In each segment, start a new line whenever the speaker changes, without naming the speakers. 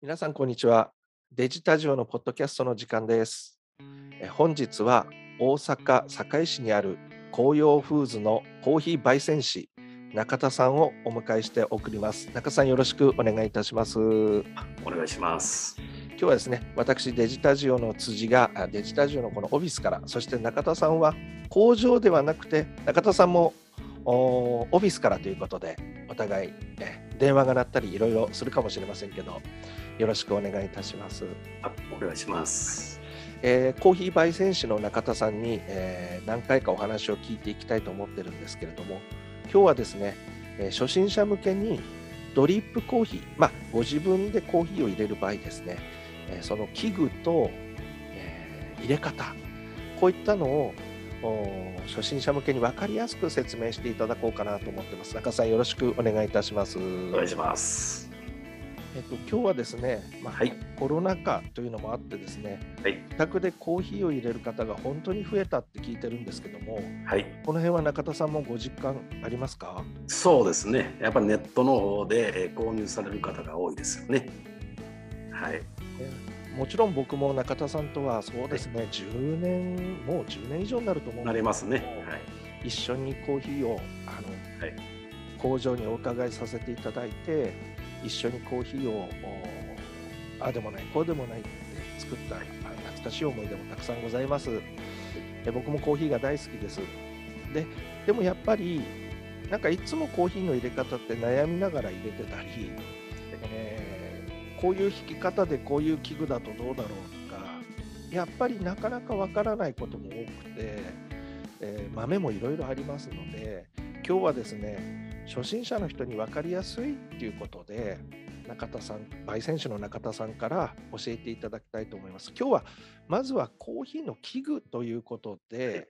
皆さん、こんにちは。デジタジオのポッドキャストの時間です。え本日は大阪堺市にある紅葉フーズのコーヒー焙煎師、中田さんをお迎えして送ります。中田さん、よろしくお願いいたします。
お願いします。
今日はですね、私、デジタジオの辻があデジタジオのこのオフィスから、そして中田さんは工場ではなくて、中田さんもおオフィスからということで、お互い、ね、電話が鳴ったり、いろいろするかもしれませんけど、よろしくお願いいたします。
あお願いします。
えーコーヒー焙煎師の中田さんに、えー何回かお話を聞いていきたいと思ってるんですけれども今日はですね、えー初心者向けにドリップコーヒー、まあ、ご自分でコーヒーを入れる場合ですね、えーその器具と、えー入れ方こういったのをおー初心者向けに分かりやすく説明していただこうかなと思ってます中田さんよろしくお願いいたします。
お願いします。
えっと、今日はですね、まあ
はい
コロナ禍というのもあってですね、
はい
自宅でコーヒーを入れる方が本当に増えたって聞いてるんですけども
はい。
この辺は中田さんもご実感ありますか
そうですね。やっぱネットの方でえー購入される方が多いですよね。はい。
もちろん僕も中田さんとはそうですね、10年もう10年以上になると思うん
な
で
り
す
ますね。
一緒にコーヒーをあの、
はい
工場にお伺いさせていただいて一緒にコーヒーをおああでもないこうでもないって作ったあ懐かしい思い出もたくさんございますえ僕もコーヒーが大好きですででもやっぱりなんかいつもコーヒーの入れ方って悩みながら入れてたり、えーこういう弾き方でこういう器具だとどうだろうとかやっぱりなかなかわからないことも多くて、えー豆もいろいろありますので今日はですね初心者の人に分かりやすいっていうことで中田さん焙煎手の中田さんから教えていただきたいと思います今日はまずはコーヒーの器具ということで、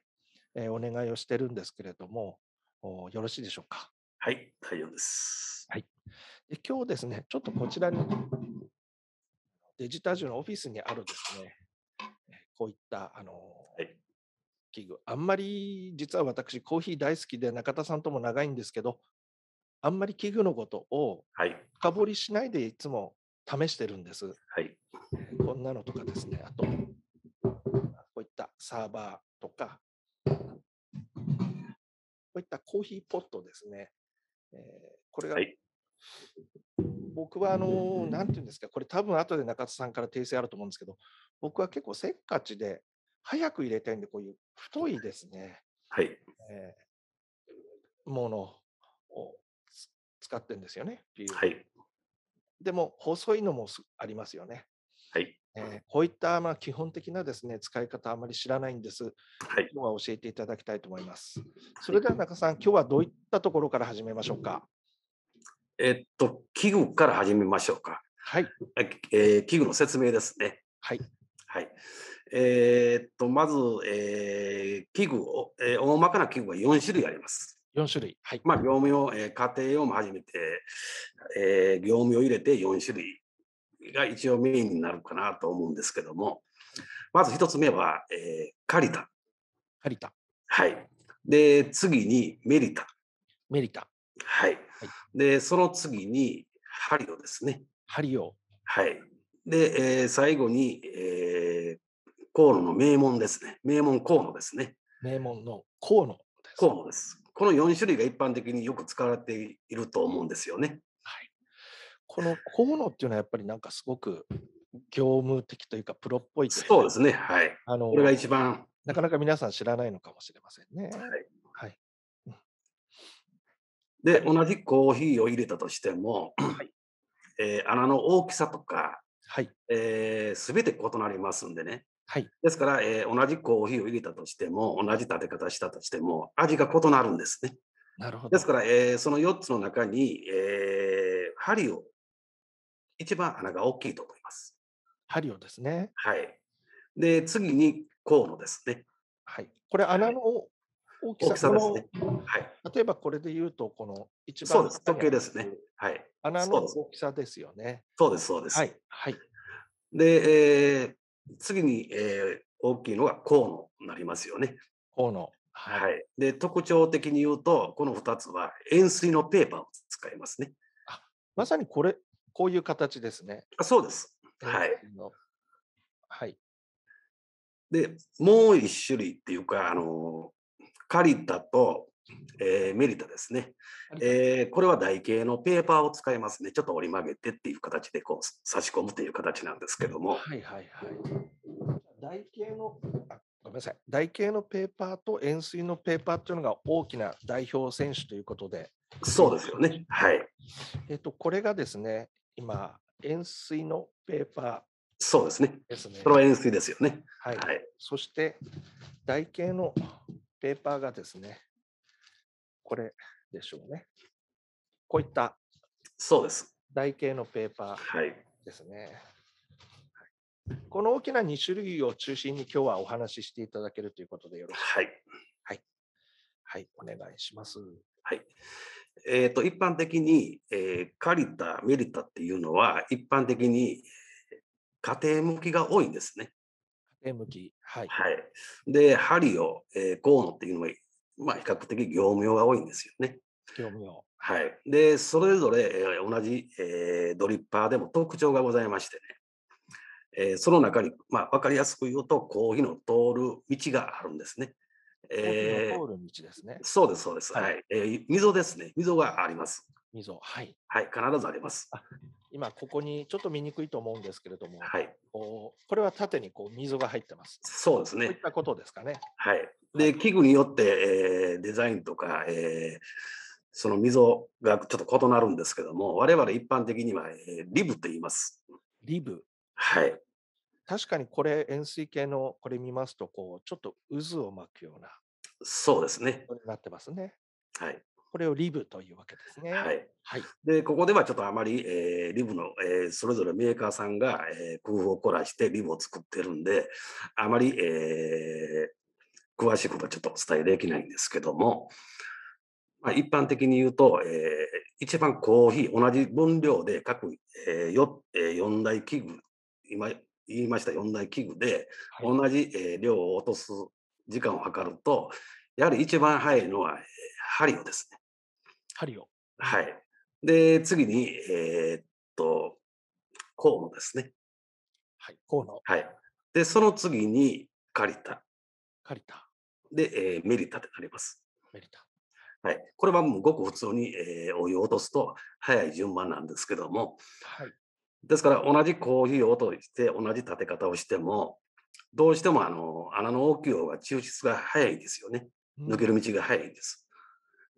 えーお願いをしてるんですけれどもおよろしいでしょうか
はい。はい。大丈夫です。
で今日ですね、ちょっとこちらにデジタジオのオフィスにあるですね、えーこういった、あのー
はい
器具、あんまり実は私、コーヒー大好きで、中田さんとも長いんですけど、あんまり器具のことを
はい。
深掘りしないでいつも試してるんです。
はい。
こんなのとかですね、あと、こういったサーバーとか、こういったコーヒーポットですね。えーこれが、
はい
僕はあのー、なんていうんですか、これ多分後で中津さんから訂正あると思うんですけど、僕は結構せっかちで、早く入れたいんで、こういう太いですね、
はい。
えーものをつ使ってるんですよね。っていう
はい。
でも、細いのもすありますよね。
はい。
えーこういったまあ基本的なですね使い方あまり知らないんです。
はい。
今日は教えていただきたいと思います。それでは中さん、今日はどういったところから始めましょうか。
えっと、器具から始めましょうか。
はい。
あえー器具の説明ですね。
はい。
はい。えーっと、まず、えー器具を、えー大まかな器具が4種類あります。
4種類。はい。
まあ、業務用、えー家庭用も初めて、えー業務用入れて4種類が一応メインになるかなと思うんですけども、まず一つ目は、えーカリタ。
カリタ、
はい。で、次にメリタ。
メリタ、
はい。で、その次にハリオですね。
ハリオ、
はい。で、えー最後に、えー、河野の名門ですね。名門河野ですね。
名門の河野です。
河野です。この4種類が一般的によく使われていると思うんですよね。
はい。この河野っていうのはやっぱりなんかすごく業務的というかプロっぽいとい
そう
う
で
か
すね。はい。
あの
これが一番。
なかなか皆さん知らないのかもしれませんね。
はい
はい。
で、同じコーヒーを入れたとしても、えー穴の大きさとか、
はい。
えー、全て異なりますんでね。
はい。
ですから、えー同じコーヒーを入れたとしても、同じ立て方したとしても、味が異なるんですね。
なるほど。
ですから、えーその4つの中に、えー針を一番穴が大きいと思います。
ハリオですね。
はい。で、次に河野ですね。
はい。これ穴の大きさ
大きさです
この
ね。はい。
例えばこれで言うと、この一番
そうです。
下にあ
時計
る
ですね。はい。
穴の
そうです
大きさですよね。
そうです、そうです。
はい。はい。
で、えー次に、えー大きいのが河野になりますよね。
この。。
はいい。で、特徴的に言うと、この2つは塩水のペーパーを使いますね。
まさにこれ、こういう形ですね。
あそうです。はい
えー。あのはい。
で、もう一種類っていうか、あの、カリタと、えーメリタですね、えーこれは台形のペーパーを使いますね。ちょっと折り曲げてっていう形でこう差し込むという形なんですけど
は
も。
いはいはい。台形の、あごめんなさい。台形のペーパーと円錐のペーパーというのが大きな代表選手ということで、
そうですよね。はい。
えっと、これがですね、今、円錐のペーパ
そうですね。
ーですね。
これは円錐ですよね。
はい。
はい。
そして、台形のペーパーがですね、これでしょうね。こういった
そうです。
台形のペーパー
はい。
ですね。はいこの大きな2種類を中心に今日はお話ししていただけるということでよろしく
はい。
はい、お願いします。
はい。えっ、と、一般的に、えーカリタ、メリタっていうのは、一般的に家庭向きが多いんですね。
家庭向き。はい。
はい。で、針を、えー、河野っていうのは、まあ、比較的業務用が多いんですよね。
興味を。
はい。で、それぞれ、えー同じ、えードリッパーでも特徴がございましてね。えーその中に、まあ、わかりやすく言うと、コーヒーの通る道があるんですね。えー
通る道ですね。
そうです、そうです。
はい
はい。えー溝ですね。溝があります。
溝。はい。
はい。必ずあります。
今、ここにちょっと見にくいと思うんですけれども、
はい。
こうこれは縦にこう溝が入ってます。
そうです
こうい
ね
っ。たことですかね。
はい。で、器具によって、えーデザインとか、えーその溝がちょっと異なるんですけども、我々一般的には、えーリブと言います。
リブ。
はい。
確かにこれ、円錐形のこれ見ますと、こう、ちょっと渦を巻くような、
そうですね。
これになってますね。
はい。
これをリブというわけですね。
は
はい。
い。で、ここではちょっとあまり、えーリブの、えーそれぞれメーカーさんが、えー工夫を凝らしてリブを作ってるんで、あまり、えー詳しいことはちょっとお伝えできないんですけども、まあ、一般的に言うと、えー一番コーヒー、同じ分量で各、えーよえ4大器具、今言いました4大器具で、
はい
同じ、えー量を落とす時間を測ると、やはり一番早いのは、えー針をですね。
針を。
はい。で、次に、えーっと、河野ですね。
はい。こうの
はい。で、その次に、カリタ。
借りた。
で、えーメリタってなります。
メリタ。
はい。これはもうごく普通に、えーお湯を落とすと早い順番なんですけども、
はい。
ですから同じコーヒーを落として、同じ立て方をしても、どうしてもあの穴の大きい方が抽出が早いんですよね。抜け
る。
る道が早いんです。
うん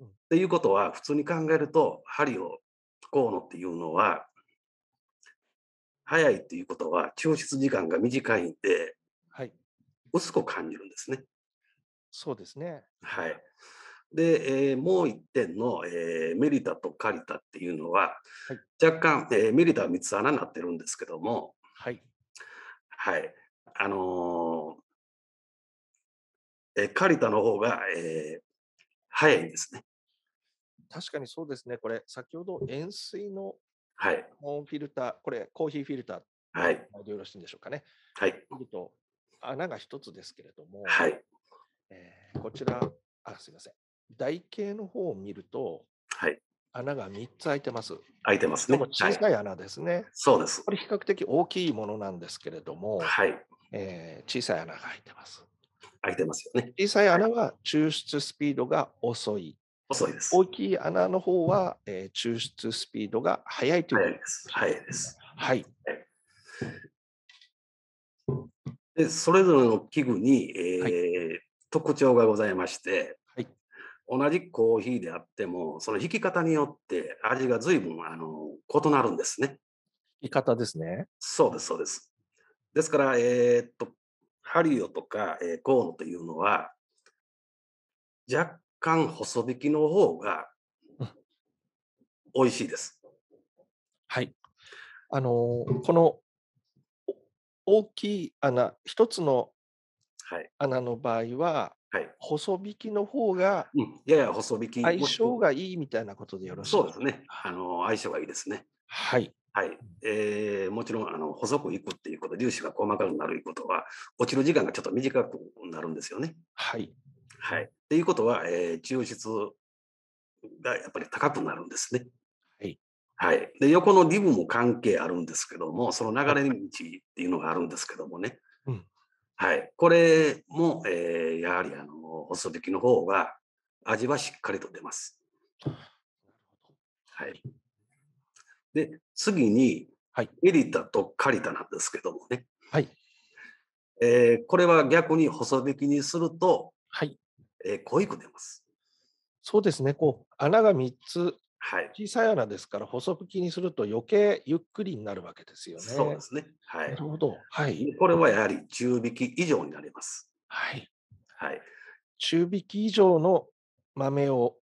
っていうことは、普通に考えると、針をこうのっていうのは、早いっていうことは、抽出時間が短いんで、
はい。
薄く感じるんですね。
そうですね。
はい。で、えーもう一点の、えーメリタとカリタっていうのは、
はい
若干、えーメリタは三つ穴になってるんですけども、
はい。
はい。あのーえーカリタの方が、えー早いんですね。
確かにそうですね。これ、先ほど円錐の
はい。
保温フィルター、これ、コーヒーフィルター
はい。
でよろしいんでしょうかね。
はい。
見ると、穴が一つですけれども、
はい。
えーこちら、あ、すいません。台形の方を見ると、
はい。
穴が3つ開いてます。
空いてます
で
ね。
も
は
小
い。
さい穴ですね。
そうです
こ。れ、比較的大きいものなんですけれども、
はい。
えー小さい穴が開いてます。
空いてますよね。
小さい穴は抽出スピードが遅い。
遅いです。
大きい穴の方は、えー抽出スピードが速いというこ
早
と
いです。早いです。
はい。
で、それぞれの器具に、えー
はい
特徴がございまして、
はい
同じコーヒーであっても、その引き方によって味が随分あの異なるんですね。
言い方ですね。
そうです、そうです。ですから、えーっと、ハリオとか、えーコーノというのは、若干細引きの方が
うん
美味しいです。
はい。あのーこのお大きい穴、一つの
はい。
穴の場合は、
はい
細引きの方が
うん、やや細引き。
相性
が
がいいみたいなことでよろしい
そうです
か。
ね。あの相性がいいですね。
はい。
はい。えーもちろん、あの、細くいくっていうこと、粒子が細かくなるいうことは、落ちる時間がちょっと短くなるんですよね。
はい。
はい。っていうことは、えー抽出がやっぱり高くなるんですね。
はい。
はい。で、横のリブも関係あるんですけども、その流れ道っていうのがあるんですけどもね。
うん
はい。これも、えーやはり、あの、細引きの方が、味はしっかりと出ます。はい。で、次に、
はい
エリタとカリタなんですけどもね。
はい。
えーこれは逆に細引きにすると、
はい。
えー濃いく出ます。
そうですね。こう、穴が3つ、
はい。
小さい穴ですから、細吹きにすると余計ゆっくりになるわけですよね。
そうですね。は
ないる。ほど。はい。
これはやはり中引き以上になります。
はい。
はい。
中引き以上の豆を、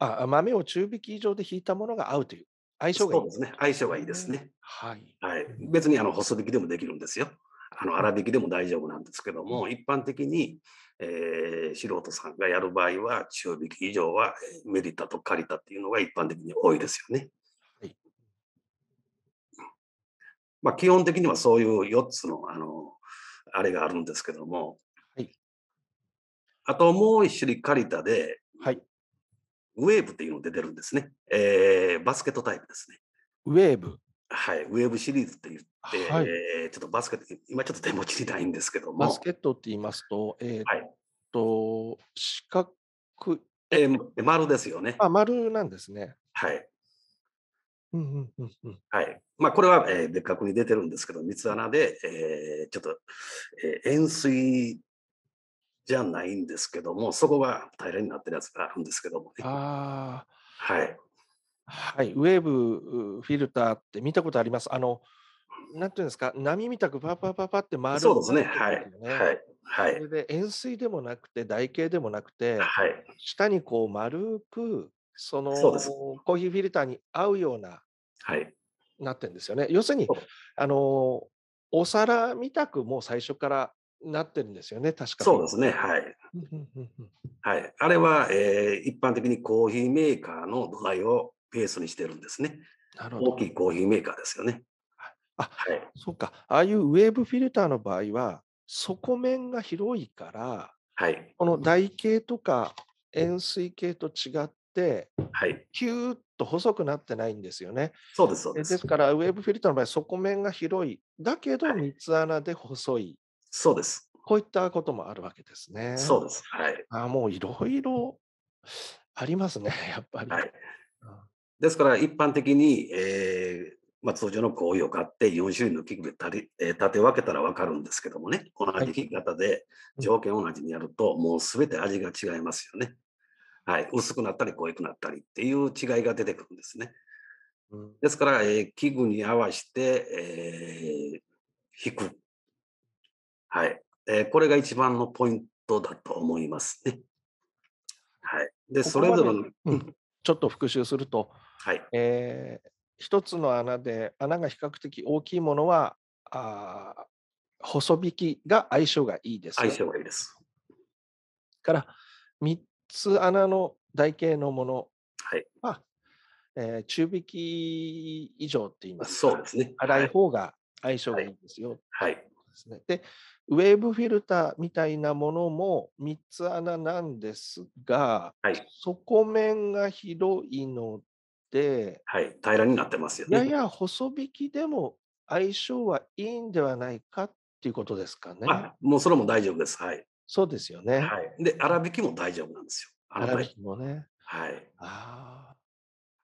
あ、豆を中引き以上で引いたものが合うという、相性がいい
そ
う
ですね。相性がいいですね。
はい。
はい。別にあの細引きでもできるんですよ。あの粗引きでも大丈夫なんですけども、一般的に、えー素人さんがやる場合は、中引き以上はえーメリタとカリタっていうのが一般的に多いですよね。
はい
まあ、基本的にはそういう4つの、あの、あれがあるんですけども、
はい
あともう一種類カリタで、
はい。
ウェーブっていうの出てるんですね。えーバスケットタイプですね。
ウェーブ。
はい。ウェーブシリーズって言って、
はい。
えーちょっとバスケット、今ちょっと手持ちにないんですけども、
バスケットって言いますと、えーっ
はい
と、四角、
えー丸ですよね。
あ、丸なんですね。
はい。
うんうんうんうん。
はい。まあ、これは、えー別格に出てるんですけど、三つ穴で、えーちょっと、えー円錐じゃないんですけども、そこが平らになってるやつがあるんですけどもね。
あ
はい。
あ、はい。ウェーブうフィルターって見たことあります。あの、なんていうんですか、波みたくパパパパって丸
そうですね。
にな
は
って
い
るん。ですよね
はい。は
そ
い。
れで円錐でもなくて、台形でもなくて、
はい。
下にこう丸く、その
そうです
コーヒーフィルターに合うような、
はい。
なってんですよね。要するに
そう、
あの、お皿みたくもう最初からなってるんですよね、確か
そうですね。はい。
うんうんうんうん
はい、あれは、えー一般的にコーヒーメーカーの土台をベースにしてるんですね。
なるほど
大。きいコーヒーメーカーですよね。
あ
はい、
そうか。ああいうウェーブフィルターの場合は、底面が広いから、
はい、
この台形とか円錐形と違って、
はい、
キューッと細くなってないんですよね。
そうです、そう
え
で。
ですから、ウェーブフィルターの場合、底面が広い。だけど、
はい
三つ穴で細い。
そうです。
こういったこともあるわけですね。
そうです。はい、
あもういろいろありますね、やっぱり。
はい
あ。
ですから、一般的に、えーまあ、通常のコーヒーを買って4種類の器具でたり、えー立て分けたら分かるんですけどもね、同じ切り方で
うん
条件同じにやると、もう全て味が違いますよね。はい、薄くなったり濃いくなったりっていう違いが出てくるんですね。
うん
ですから、えー器具に合わせて、えー引く。はい、えーこれが一番のポイントだと思いますね。はい。で、
こ
そ
こ
れ
まで
ぞれの、
う
うん
ちょっと復習すると、
はい。
えー一つの穴で穴が比較的大きいものはあー細引きが相性がいいですよ。
相性がいいです。
から3つ穴の台形のもの
はい。
は、えー中引き以上って言いますか
そうですね。
粗
はいい。
方が相性がいいですよ
はい。
ですね。で、ウェーブフィルターみたいなものも3つ穴なんですが、
はい
底面が広いので、
はい平らになってますよね。
やや細引きでも相性はいいんではないかっていうことですかね。
あもうそれも大丈夫です。はい。
そうですよね。
はい、で、粗挽きも大丈夫なんですよ。あの
粗引きもね。
はい。
ああ、